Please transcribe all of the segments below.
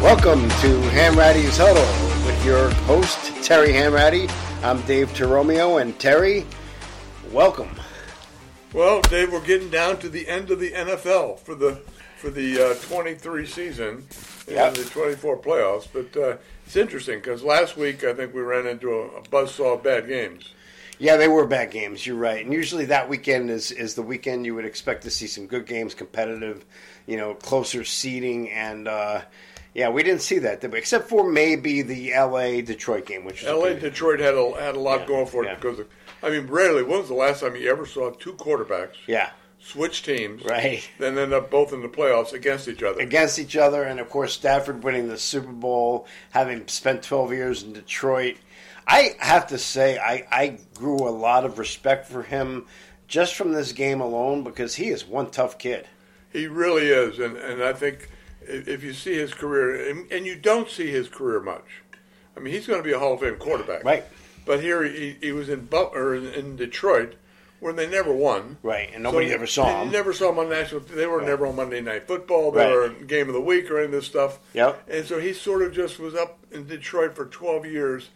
Welcome to Hamratty's Huddle with your host, Terry Hamratty. I'm Dave Teromeo, and Terry, welcome. Well, Dave, we're getting down to the end of the NFL for the for the uh, 23 season and Yep. the 24 playoffs. But uh, it's interesting because last week I think we ran into a, a buzzsaw of bad games. Yeah, they were bad games, you're right. And usually that weekend is, is the weekend you would expect to see some good games, competitive, you know, closer seating, and uh, yeah, we didn't see that, did we? Except for maybe the LA Detroit game, which was a L.A. good- Detroit had a, had a lot Yeah, going for it yeah. because of, I mean, rarely when was the last time you ever saw two quarterbacks Yeah, switch teams, right. Then end up both in the playoffs against each other. against each other, and of course Stafford winning the Super Bowl, having spent 12 years in Detroit. I have to say, I, I grew a lot of respect for him just from this game alone because he is one tough kid. He really is, and and I think if if you see his career, and, and you don't see his career much, I mean, he's going to be a Hall of Fame quarterback, Right. But here he, he was in Butler in, in Detroit, where they never won, Right, and nobody So ever saw you him. never saw him on national. They were never on Monday Night Football. They Right. were in Game of the Week or any of this stuff. Yep. And so he sort of just was up in Detroit for 12 years,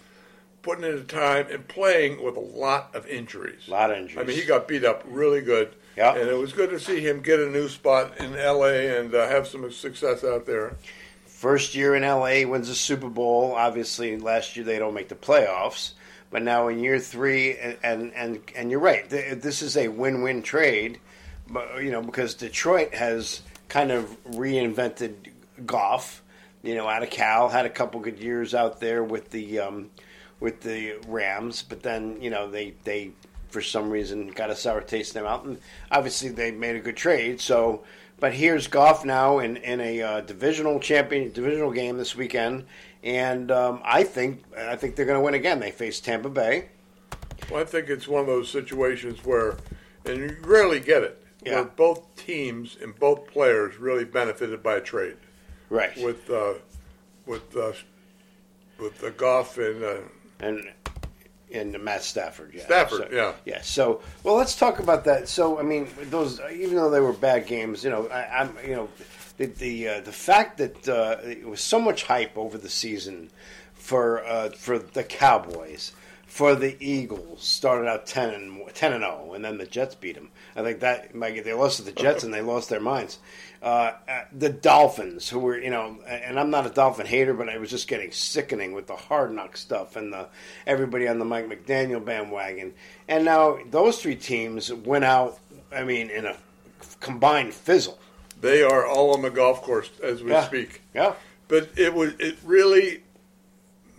putting in a time and playing with a lot of injuries. A lot of injuries. I mean, he got beat up really good. Yeah. And it was good to see him get a new spot in L.A. and uh, have some success out there. First year in LA wins the Super Bowl. Obviously, last year they don't make the playoffs, but now in year three, and and and, and you're right. Th- This is a win-win trade, but you know because Detroit has kind of reinvented golf. You know, out of Cal, had a couple good years out there with the um, with the Rams, but then you know they they for some reason got a sour taste in their mouth, and obviously they made a good trade. So, but here's Goff now in in a uh, divisional champion divisional game this weekend, and um, I think I think they're going to win again. They face Tampa Bay. Well, I think it's one of those situations where, and you rarely get it, Yeah. where both teams and both players really benefited by a trade. Right. with uh, with uh, with the golf and uh, and and Matt Stafford. Yeah. So- Stafford, yeah. yeah. So, well, let's talk about that. So, I mean, those even though they were bad games, you know, I, I'm you know, the the, uh, the fact that uh, it was so much hype over the season for uh, for the Cowboys. For the Eagles, started out 10 and 10 and 0, and then the Jets beat them. I think that might get- they lost to the Jets and they lost their minds. Uh, uh, the Dolphins, who were you know, and I'm not a Dolphin hater, but I was just getting sickening with the hard knock stuff and the everybody on the Mike McDaniel bandwagon. And now those three teams went out. I mean, in a combined fizzle. they are all on the golf course as we Yeah. speak. Yeah. But it was it really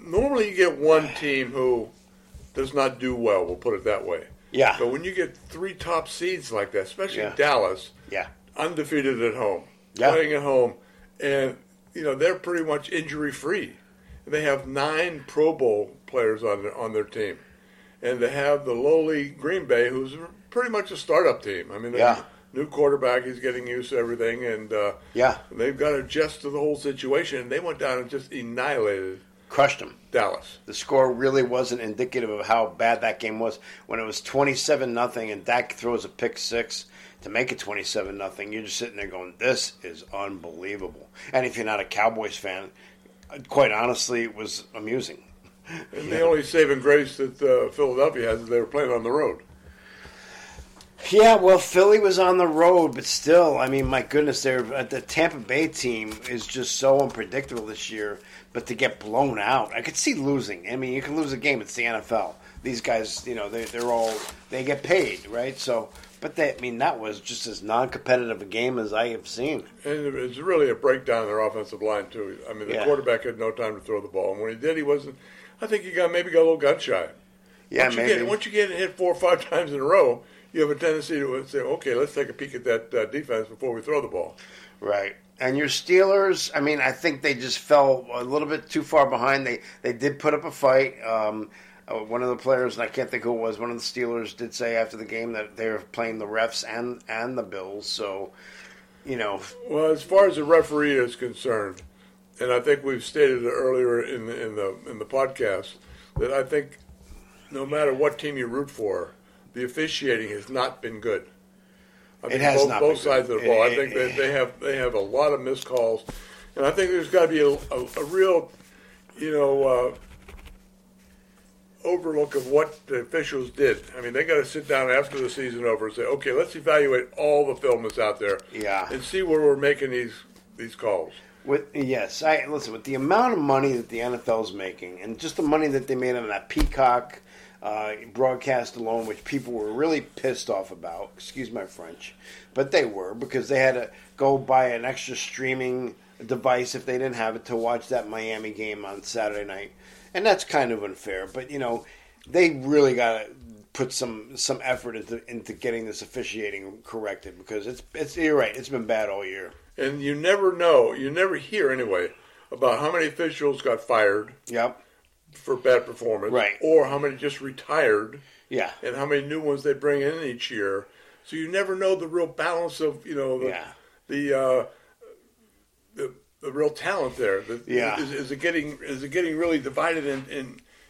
normally you get one team who does not do well. We'll put it that way. Yeah. But when you get three top seeds like that, especially Yeah. Dallas, Yeah. undefeated at home, Yeah. playing at home, and you know they're pretty much injury free. They have nine Pro Bowl players on their, on their team, and to have the lowly Green Bay, who's pretty much a startup team. I mean, they- Yeah. new quarterback, he's getting used to everything, and uh, Yeah. they've got to adjust to the whole situation. And they went down and just annihilated Crushed them. Dallas. The score really wasn't indicative of how bad that game was. When it was twenty-seven nothing, and Dak throws a pick six to make it twenty-seven nothing, you're just sitting there going, "This is unbelievable." And if you're not a Cowboys fan, quite honestly, it was amusing. And the only saving grace that uh, Philadelphia has is they were playing on the road. Yeah, well, Philly was on the road, but still, I mean, my goodness, they're, uh, the Tampa Bay team is just so unpredictable this year. But to get blown out, I could see losing. I mean, you can lose a game; it's the NFL. These guys, you know, they, they're all they get paid, right? So, but that I mean, that was just as non-competitive a game as I have seen. And it's really a breakdown of their offensive line too. I mean, the Yeah. quarterback had no time to throw the ball, and when he did, he wasn't. I think he got maybe got a little gun shy. Yeah, once maybe. You get, once you get hit four or five times in a row, you have a tendency to say, "Okay, let's take a peek at that uh, defense before we throw the ball." Right. And your Steelers, I mean, I think they just fell a little bit too far behind. They they did put up a fight. Um, uh, one of the players, and I can't think who it was, one of the Steelers did say after the game that they were playing the refs and and the Bills. So, you know, Well, as far as the referee is concerned, and I think we've stated it earlier in the, in the in the podcast that I think no matter what team you root for, the officiating has not been good. I think has both, not been both good. Eh. sides of the ball. It- I think that they have they have a lot of miscalls. And I think there's got to be a, a, a real, you know, uh, overlook of what the officials did. I mean, they got to sit down after the season over and say, okay, let's evaluate all the film that's out there. Yeah. And see where we're making these these calls. With yes, I listen with the amount of money that the NFL's making, and just the money that they made on that Peacock uh, broadcast alone, which people were really pissed off about. Excuse my French, but they were because they had to go buy an extra streaming device if they didn't have it to watch that Miami game on Saturday night, and that's kind of unfair. But you know, they really got to put some some effort into into getting this officiating corrected because it's it's you're right, it's been bad all year. And you never know, you never hear anyway about how many officials got fired Yep. for bad performance, Right. Or how many just retired, Yeah. and how many new ones they bring in each year. So you never know the real balance of you know the Yeah. the, uh, the the real talent there. The, Yeah. is, is it getting is it getting really divided in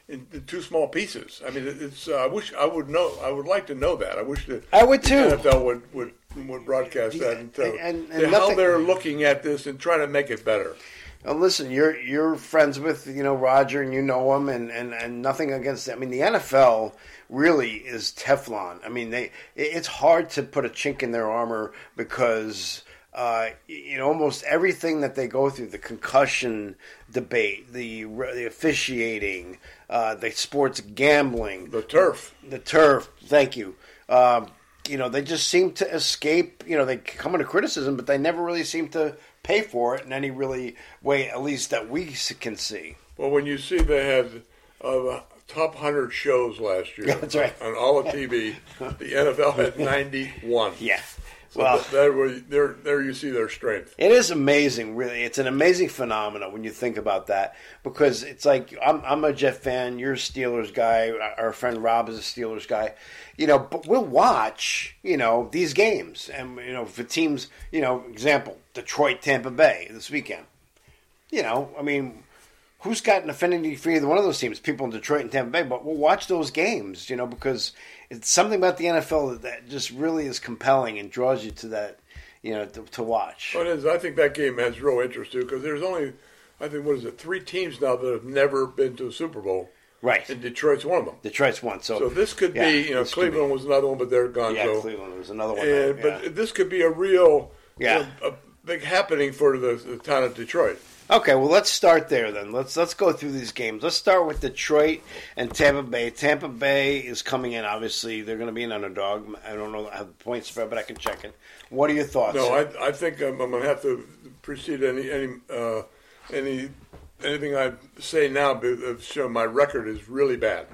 in, in, two small pieces? I mean, it- it's uh, I wish I would know. I would like to know that. I wish that I would the too. NFL would would. Would broadcast that and, tell- And- and how nothing- they're looking at this and trying to make it better. Now, Uh, listen, you're you're friends with you know Roger, and you know him, and, and, and nothing against. I mean, the NFL really is Teflon. I mean, they it- it's hard to put a chink in their armor because uh, y- you know almost everything that they go through the concussion debate, the re- the officiating, uh, the sports gambling, The turf. the turf. Thank you. Um, you know, they just seem to escape. You know, they come into criticism, but they never really seem to pay for it in any really way, at least that we s- can see. Well, when you see they had uh, the top 100 shows last year That's right. on all of TV, the NFL had 91. Yeah. So Well, th- there, were- there, there you see their strength. It is amazing, really. It's an amazing phenomenon when you think about that because it's like I'm, I'm a Jeff fan, you're a Steelers guy, our friend Rob is a Steelers guy, you know. But we'll watch, you know, these games, and you know, for teams, you know, example Detroit, Tampa Bay this weekend. You know, I mean, who's got an affinity for either one of those teams? People in Detroit and Tampa Bay, but we'll watch those games, you know, because it's something about the NFL that, that just really is compelling and draws you to that. You know, to, to watch. But it is, I think that game has real interest too because there's only, I think, what is it, three teams now that have never been to a Super Bowl, Right. and Detroit's one of them. Detroit's one. So, So this could yeah, be, you know, this could Cleveland was another one, but they're gone. Be, yeah, so. Cleveland was another one. And, yeah. But this could be a real, Yeah. you know, a big happening for the, the town of Detroit. okay, well let's start there then. Let's let's go through these games. Let's start with Detroit and Tampa Bay. Tampa Bay is coming in. Obviously, they're going to be an underdog. I don't know how the point spread, but I can check it. What are your thoughts? No, I, I think I'm, I'm going to have to precede any any uh, any anything I say now. be- uh, Show my record is really bad,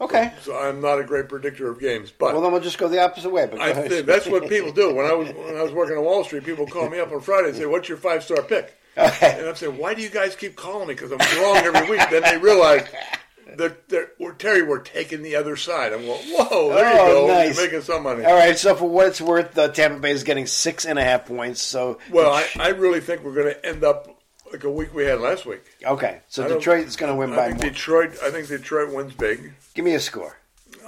okay. so I'm not a great predictor of games. But Well, then we'll just go the opposite way. But go I ahead. think that's what people do. When I was when I was working on Wall Street, people call me up on Friday and say, "What's your five star pick?" And I'm saying, "Why do you guys keep calling me? Because I'm wrong every week." Then they realize. They're, they're, we're, Terry, we're taking the other side. I'm going, whoa, there Oh, you go. nice. You're making some money. all right. So for what it's worth, uh, Tampa Bay is getting six and a half points. So Well, I, I really think we're going to end up like a week we had last week. okay. So I don't- Detroit is going to win I by think more. Detroit. I think Detroit wins big. Give me a score.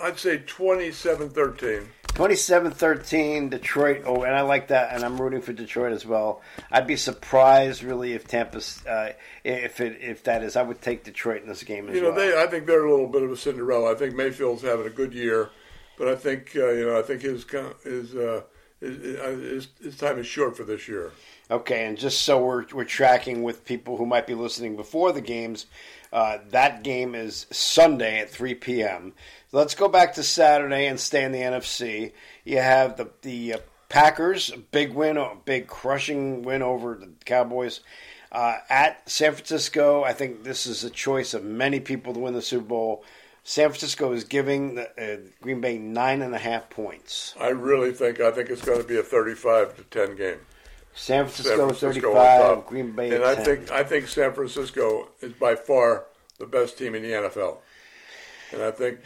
I'd say 27-13. 27-13 Detroit. Oh, and I like that, and I'm rooting for Detroit as well. I'd be surprised, really, if Tampa's uh, if it if that is. I would take Detroit in this game as You know, well. they. I think they're a little bit of a Cinderella. I think Mayfield's having a good year, but I think uh, you know, I think his co- his, uh, his, his his time is short for this year. okay, and just so we're we're tracking with people who might be listening before the games, uh, that game is Sunday at 3 p.m. Let's go back to Saturday and stay in the NFC. You have the the uh, Packers, a big win, a big crushing win over the Cowboys. Uh, at San Francisco, I think this is a choice of many people to win the Super Bowl. San Francisco is giving the, uh, Green Bay nine and a half points. I really think. I think it's going to be a thirty-five to ten game. San San Francisco, Francisco on thirty-five, top. Green Bay, 10. and I think I think San Francisco is by far the best team in the NFL, and I think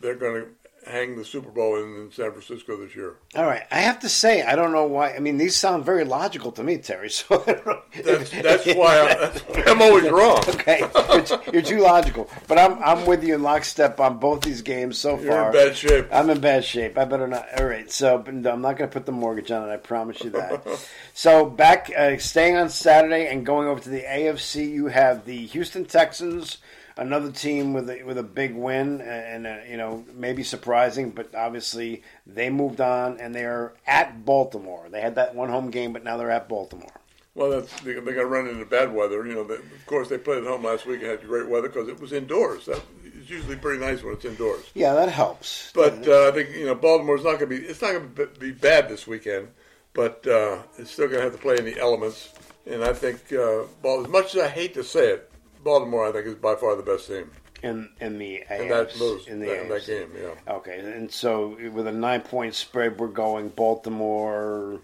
they're going to hang the Super Bowl in, in San Francisco this year. All right, I have to say I don't know why. I mean, these sound very logical to me, Terry. So I don't know. That's, that's why I, that's why I'm always wrong. okay, you're, t- you're too logical. But I'm I'm with you in lockstep on both these games so You're far. in bad shape. I'm in bad shape. I better not. All right, so but I'm not going to put the mortgage on it. I promise you that. so back, uh, staying on Saturday and going over to the AFC, you have the Houston Texans, another team with a, with a big win, and uh, you know maybe surprising, but obviously they moved on and they are at Baltimore. They had that one home game, but now they're at Baltimore. Well, that's they, they got to run into bad weather. You know, they, of course they played at home last week and had great weather because it was indoors. That it's usually pretty nice when it's indoors. Yeah, that helps. But uh, I think you know Baltimore's not going to be. It's not going to be bad this weekend, but uh, it's still going to have to play in the elements. And I think, uh, Bal- as much as I hate to say it, Baltimore I think is by far the best team in in the AFC, in that those, in the that, that AFC. game. Yeah. Okay, and so with a nine point spread, we're going Baltimore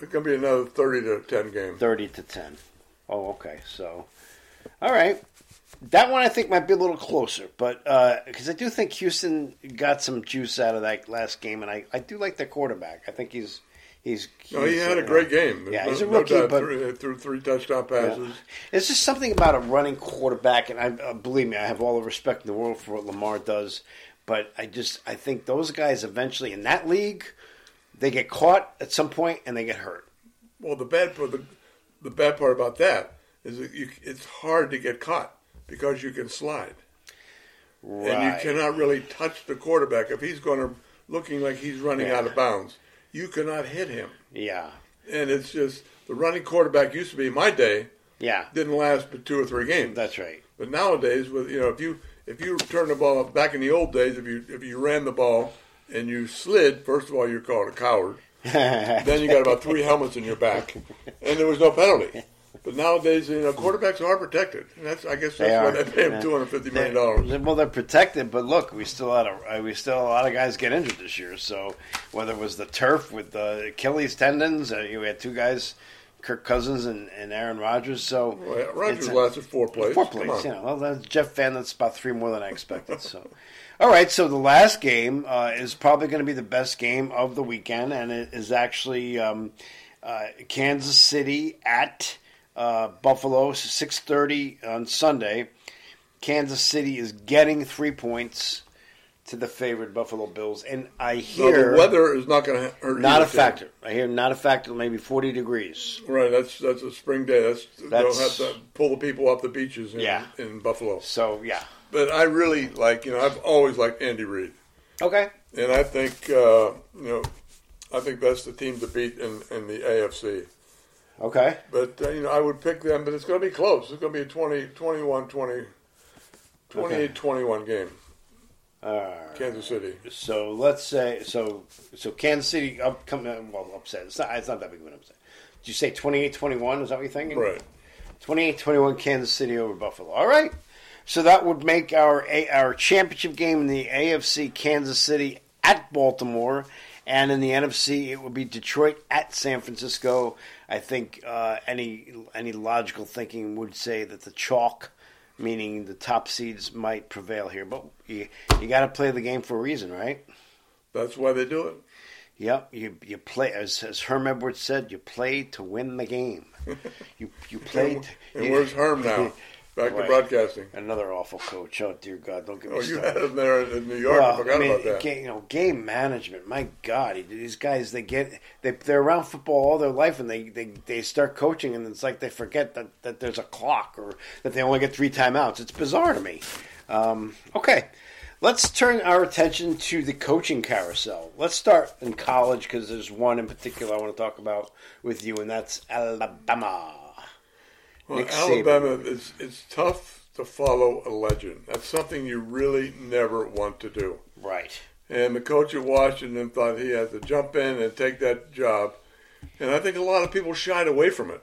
It's going to be another thirty to ten game. thirty to ten. Oh, okay. So, all right, that one I think might be a little closer, but because I do think Houston got some juice out of that last game, and I, I do like their quarterback. I think he's he's. No, Oh, he he's, had a uh, great game. Yeah, no, he's a no rookie, doubt. but Three- threw three touchdown passes. It's just something about a running quarterback, and I uh, believe me, I have all the respect in the world for what Lamar does, but I just I think those guys eventually in that league, they get caught at some point and they get hurt. Well, the bad part, the, the bad part about that is that you, it's hard to get caught because you can slide, Right. and you cannot really touch the quarterback if he's going to looking like he's running Yeah. out of bounds. You cannot hit him, yeah, and it's just the running quarterback used to be in my day yeah, didn't last but two or three games. that's right. But nowadays, with you know, if you if you turn the ball back in the old days, if you if you ran the ball and you slid, first of all, you're called a coward. then you got about three helmets in your back, and there was no penalty. But nowadays, you know, quarterbacks are protected, and that's I guess that's They why are. they pay Yeah. him two hundred fifty They- million dollars. Well, they're protected, but look, we still had a uh, we still a lot of guys get injured this year. So whether it was the turf with the Achilles tendons, uh, you had two guys, Kirk Cousins and, and Aaron Rodgers. So Well, it's Rogers a- lasted four plays. Four Come plays, on. you know. Well, that's Jeff Van. That's about three more than I expected. So, all right. So the last game uh, is probably going to be the best game of the weekend, and it is actually um, uh, Kansas City at uh, Buffalo, six thirty on Sunday. Kansas City is getting three points to the favored Buffalo Bills, and I So hear the weather is not going to hurt. not either a team. factor. I hear not a factor. Maybe forty degrees. Right, that's that's a spring day. That's, That's- they'll have to pull the people off the beaches in, Yeah. in Buffalo. So yeah. But I really like, you know, I've always liked Andy Reid. Okay. And I think, uh, you know, I think that's the team to beat in, in the AFC. Okay. But, uh, you know, I would pick them, but it's going to be close. It's going to be a 20, 21, 20, 28 21 game, All right. Kansas City. So let's say so so Kansas City up come well upset. It's not it's not that big of an upset. Did you say 28-21? Is that what you're thinking? Right. 28-21 Kansas City over Buffalo. All right. So that would make our A- our championship game in the AFC Kansas City at Baltimore, and in the NFC it would be Detroit at San Francisco. I think uh, any any logical thinking would say that the chalk, meaning the top seeds, might prevail here. But you you got to play the game for a reason, right? That's why they do it. Yep, you you play as as Herm Edwards said, you play to win the game. You you play. And, To, and where's Herm now? Back Right. to broadcasting. Another awful coach. Oh dear God, don't get me Oh, you had started. him there in New York. I Well, forgot I mean, about that. ga- you know, game management. My God, he- these guys they get they they're around football all their life, and they, they, they start coaching, and it's like they forget that, that there's a clock or that they only get three timeouts. It's bizarre to me. Um, okay, let's turn our attention to the coaching carousel. Let's start in college because there's one in particular I want to talk about with you, and that's Alabama. Well, Nick Saban. Alabama, it's, it's tough to follow a legend. That's something you really never want to do. Right. And the coach at Washington thought he had to jump in and take that job. And I think a lot of people shied away from it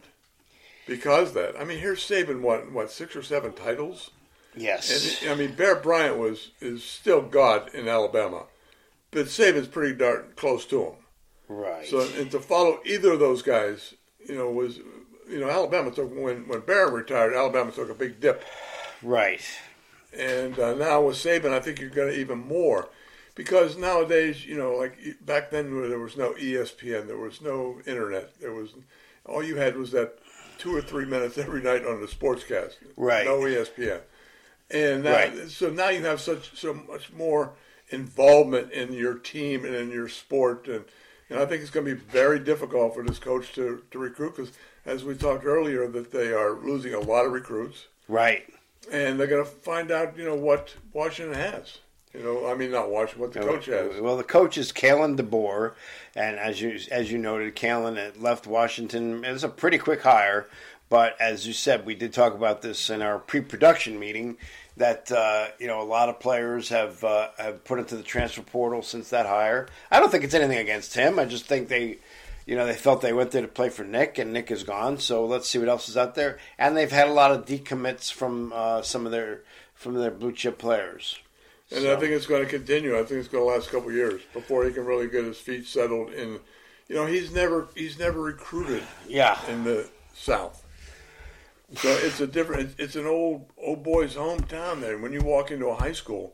because of that. I mean, here's Saban won, what, six or seven titles? Yes. And, I mean, Bear Bryant was is still God in Alabama. But Saban's pretty darn close to him. right. So and to follow either of those guys, you know, was you know Alabama took when when Barron retired, Alabama took a big dip, right. and uh, now with Saban, I think you're going to even more, because nowadays, you know, like e- back then where there was no E ESPN, there was no internet, there was all you had was that two or three minutes every night on the sportscast, Right. No E ESPN, and now, Right. so now you have such so much more involvement in your team and in your sport and. And I think it's going to be very difficult for this coach to, to recruit because, as we talked earlier, that they are losing a lot of recruits Right. and they're going to find out, you know, what Washington has. You know, I mean, not Washington, what the coach has. Well, the coach is Kalen DeBoer, and as you as you noted, Kalen had left Washington. It's a pretty quick hire, but as you said, we did talk about this in our pre-production meeting that uh, you know a lot of players have uh, have put into the transfer portal since that hire. I don't think it's anything against him. I just think they. You know, they felt they went there to play for Nick, and Nick is gone. So let's see what else is out there. And they've had a lot of decommits from uh, some of their from their blue chip players. And I think it's going to continue. I think it's going to last a couple of years before he can really get his feet settled. In, you know, he's never he's never recruited Yeah, in the South. So it's a different. It's an old old boy's hometown there. When you walk into a high school,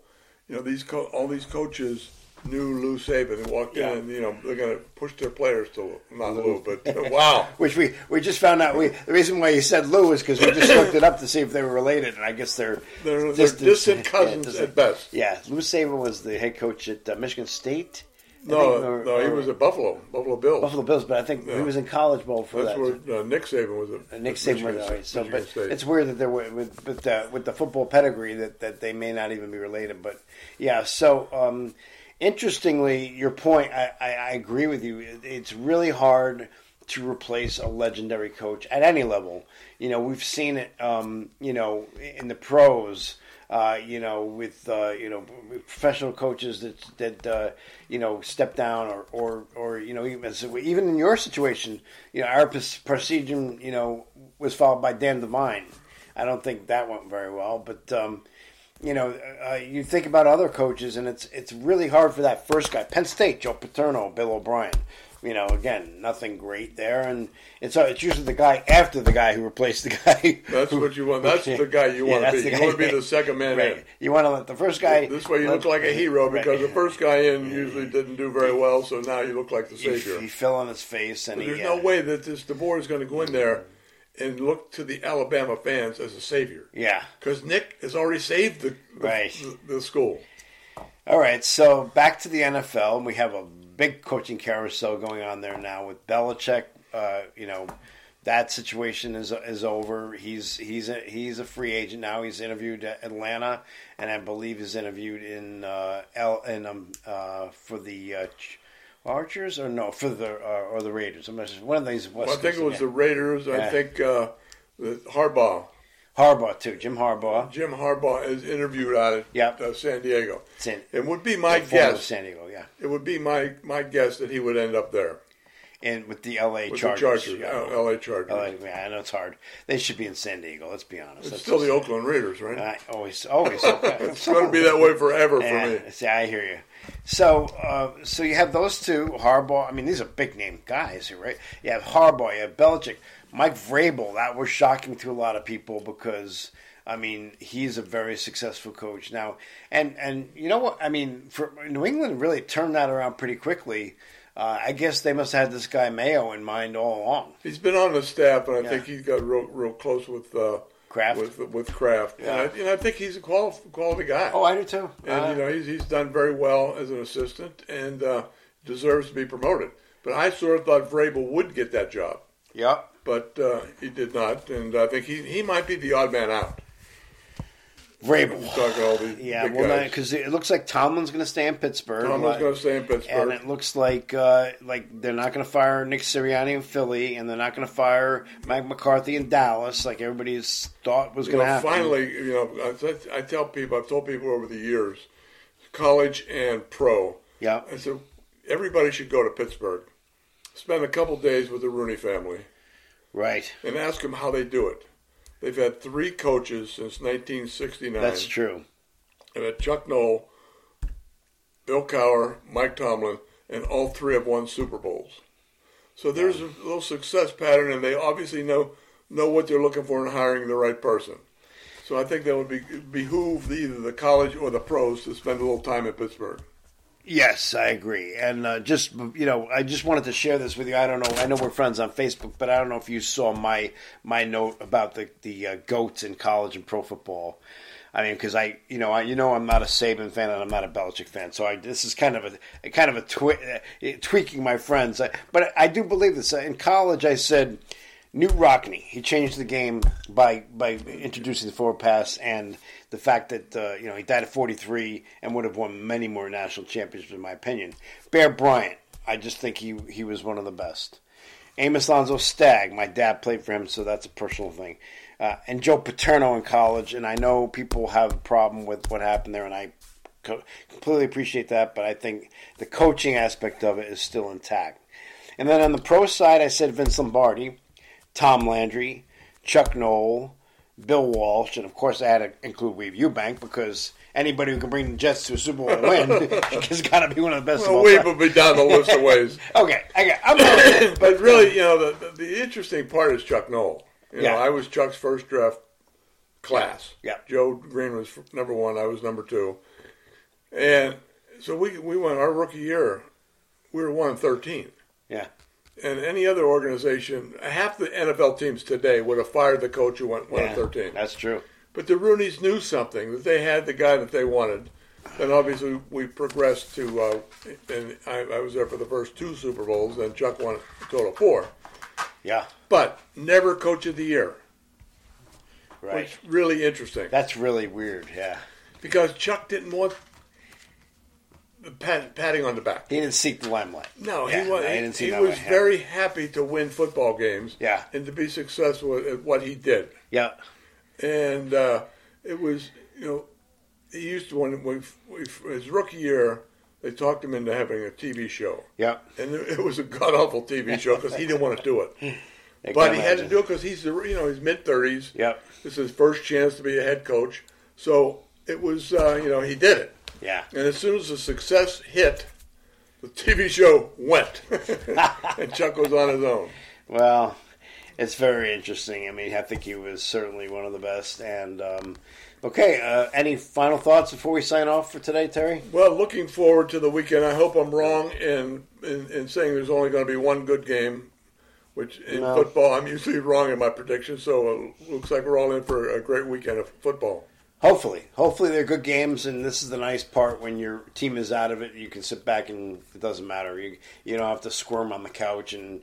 you know these co- all these coaches knew Lou Saban. They walked Yeah. in, and you know they're going to push their players to not Lou, but wow. Which we, we just found out. We the reason why you said Lou is because we just looked it up to see if they were related, and I guess they're They're, they're distant- distant yeah, cousins distant- at best. Yeah, Lou Saban was the head coach at uh, Michigan State. I No, think, or- no, he or was at Buffalo, Buffalo Bills. Buffalo Bills, but I think he was in college bowl for That's that. where uh, Nick Saban was. At, And Nick at Saban was Michigan all right, so, Michigan but State. it's weird that they're wi- with with the, with the football pedigree that, that they may not even be related. But yeah, so um, interestingly, your point, I, I, I agree with you. It- It's really hard to replace a legendary coach at any level. You know, we've seen it. Um, you know, in the pros. Uh, you know, with uh, you know professional coaches that that uh, you know step down or or, or you know even so even in your situation, you know our pres- procedure you know was followed by Dan Devine. I don't think that went very well, but um, you know uh, you think about other coaches, and it's it's really hard for that first guy. Penn State, Joe Paterno, Bill O'Brien. You know, again, nothing great there, and it's uh, it's usually the guy after the guy who replaced the guy. that's what you want. That's the guy you Yeah, want to that's be. the You guy- want to be the second man Right. You want to let the first guy. in. This way, you look like a hero Right. Mm-hmm. because the first guy in usually didn't do very well, so now you look like the he, he savior. fell on his face, and he, uh, There's yeah. Mm-hmm. no way that this DeBoer is going to go in there and look to the Alabama fans as a savior Yeah. because Nick has already saved the the, Right. the, the school. All right. So back to the NFL. We have a big coaching carousel going on there now with Belichick. Uh, you know, that situation is is over. He's he's a, he's a free agent now. He's interviewed at Atlanta, and I believe he's interviewed in uh, L in um uh for the. Uh, Ch- Archers or no for the uh, or the Raiders. I'm not sure. One of these. West Well, I think Coast, it was yeah. the Raiders. Yeah. I think uh, the Harbaugh, Harbaugh too. Jim Harbaugh. Jim Harbaugh, is interviewed out of Yep. uh, San Diego. San- It would be my former guess. San Diego. Yeah. It would be my my guess that he would end up there and with the LA with Chargers. the Chargers, yeah. uh, L.A. Chargers. LA, Oh, yeah, I know it's hard. They should be in San Diego. Let's be honest. It's That's- still the Oakland Raiders, right? I always, always. it's going to be that way forever for me. Yeah, see, I hear you. So, uh, so you have those two Harbaugh. I mean, these are big name guys, here, right? You have Harbaugh, you have Belichick, Mike Vrabel. That was shocking to a lot of people because I mean he's a very successful coach now, and and you know what? I mean, for New England really turned that around pretty quickly. Uh, I guess they must have had this guy Mayo in mind all along. He's been on the staff, and I Yeah. think he got real real close with uh, Kraft? With with Kraft, Yeah. Oh, uh, and, I, and I think he's a quali- quality guy. I do too. and you know he's he's done very well as an assistant and uh, deserves to be promoted. But I sort of thought Vrabel would get that job, yep. but uh, he did not, and I think he he might be the odd man out. Vrabel. Talking all these Yeah, big well, guys. because it looks like Tomlin's going to stay in Pittsburgh. Tomlin's Uh, going to stay in and Pittsburgh. it looks like uh, like they're not going to fire Nick Sirianni in Philly, and they're not going to fire Mike McCarthy in Dallas, like everybody's thought was you going to know, happen. finally, you know, I, I tell people, I've told people over the years, college and pro. yeah, I said everybody should go to Pittsburgh, spend a couple days with the Rooney family, right. and ask them how they do it. They've had three coaches since 1969. That's true. and at Chuck Knoll, Bill Cower, Mike Tomlin, and all three have won Super Bowls. So there's a little success pattern, and they obviously know know what they're looking for in hiring the right person. So I think that would be, behoove either the college or the pros to spend a little time in Pittsburgh. Yes, I agree. And uh, just you know, I just wanted to share this with you. I don't know. I know we're friends on Facebook, but I don't know if you saw my my note about the the uh, goats in college and pro football. I mean, because I you know I you know I'm not a Saban fan and I'm not a Belichick fan, so I this is kind of a, a kind of a twi- uh, tweaking my friends. I, but I do believe this. In college, I said Newt Rockney. He changed the game by by introducing the forward pass and the fact that uh, you know he died at 43 and would have won many more national championships, in my opinion. Bear Bryant. I just think he he was one of the best. Amos Lonzo Stagg. My dad played for him, so that's a personal thing. Uh, and Joe Paterno in college. And I know people have a problem with what happened there, and I co- completely appreciate that. But I think the coaching aspect of it is still intact. And then on the pro side, I said Vince Lombardi. Tom Landry, Chuck Knoll, Bill Walsh, and of course I had to include Weave Eubank because anybody who can bring the Jets to a Super Bowl and win has got to be one of the best. Well, of all Weave time. will be down the list of ways. Okay, I got, I'm But really, you know, the, the, the interesting part is Chuck Knoll. You Yeah. know, I was Chuck's first draft class. Yeah. Joe Green was f- number one. I was number two. And so we we went our rookie year, we were one thirteen. yeah, And any other organization, half the NFL teams today would have fired the coach who went one yeah, thirteen. That's true. But the Rooneys knew something that they had the guy that they wanted. And obviously, we progressed to, uh, and I, I was there for the first two Super Bowls, and Chuck won a total of four. Yeah, But never coach of the year, right. which really interesting that's really weird. Yeah, because Chuck didn't want the pat, patting on the back. he didn't seek the limelight. No, Yeah, he was, I didn't see he that was one, yeah. very happy to win football games Yeah. and to be successful at what he did. Yeah, and uh, it was you know he used to when, when when his rookie year they talked him into having a TV show, yeah. and it was a god awful TV show because he didn't want to do it, I but can he had to imagine. do it because he's the you know he's mid thirties. Yep. this is his first chance to be a head coach, so it was uh, you know he did it, Yeah, and as soon as the success hit. The TV show went, and Chuck was on his own. Well, it's very interesting. I mean, I think he was certainly one of the best. And um, okay, uh, any final thoughts before we sign off for today, Terry? Well, looking forward to the weekend. I hope I'm wrong in in, in saying there's only going to be one good game, which in No. football I'm usually wrong in my predictions. So it looks like we're all in for a great weekend of football. Hopefully, hopefully they're good games, and this is the nice part when your team is out of it. You can sit back and it doesn't matter. You you don't have to squirm on the couch and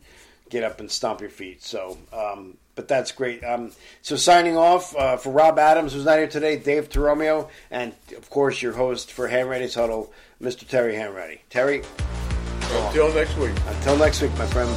get up and stomp your feet. So, um, but that's great. Um, so signing off uh, for Rob Adams, who's not here today, Dave Teromeo, and of course your host for Hanratty's Huddle, Mr. Terry Hanratty. Terry, Until next week. until next week, my friend.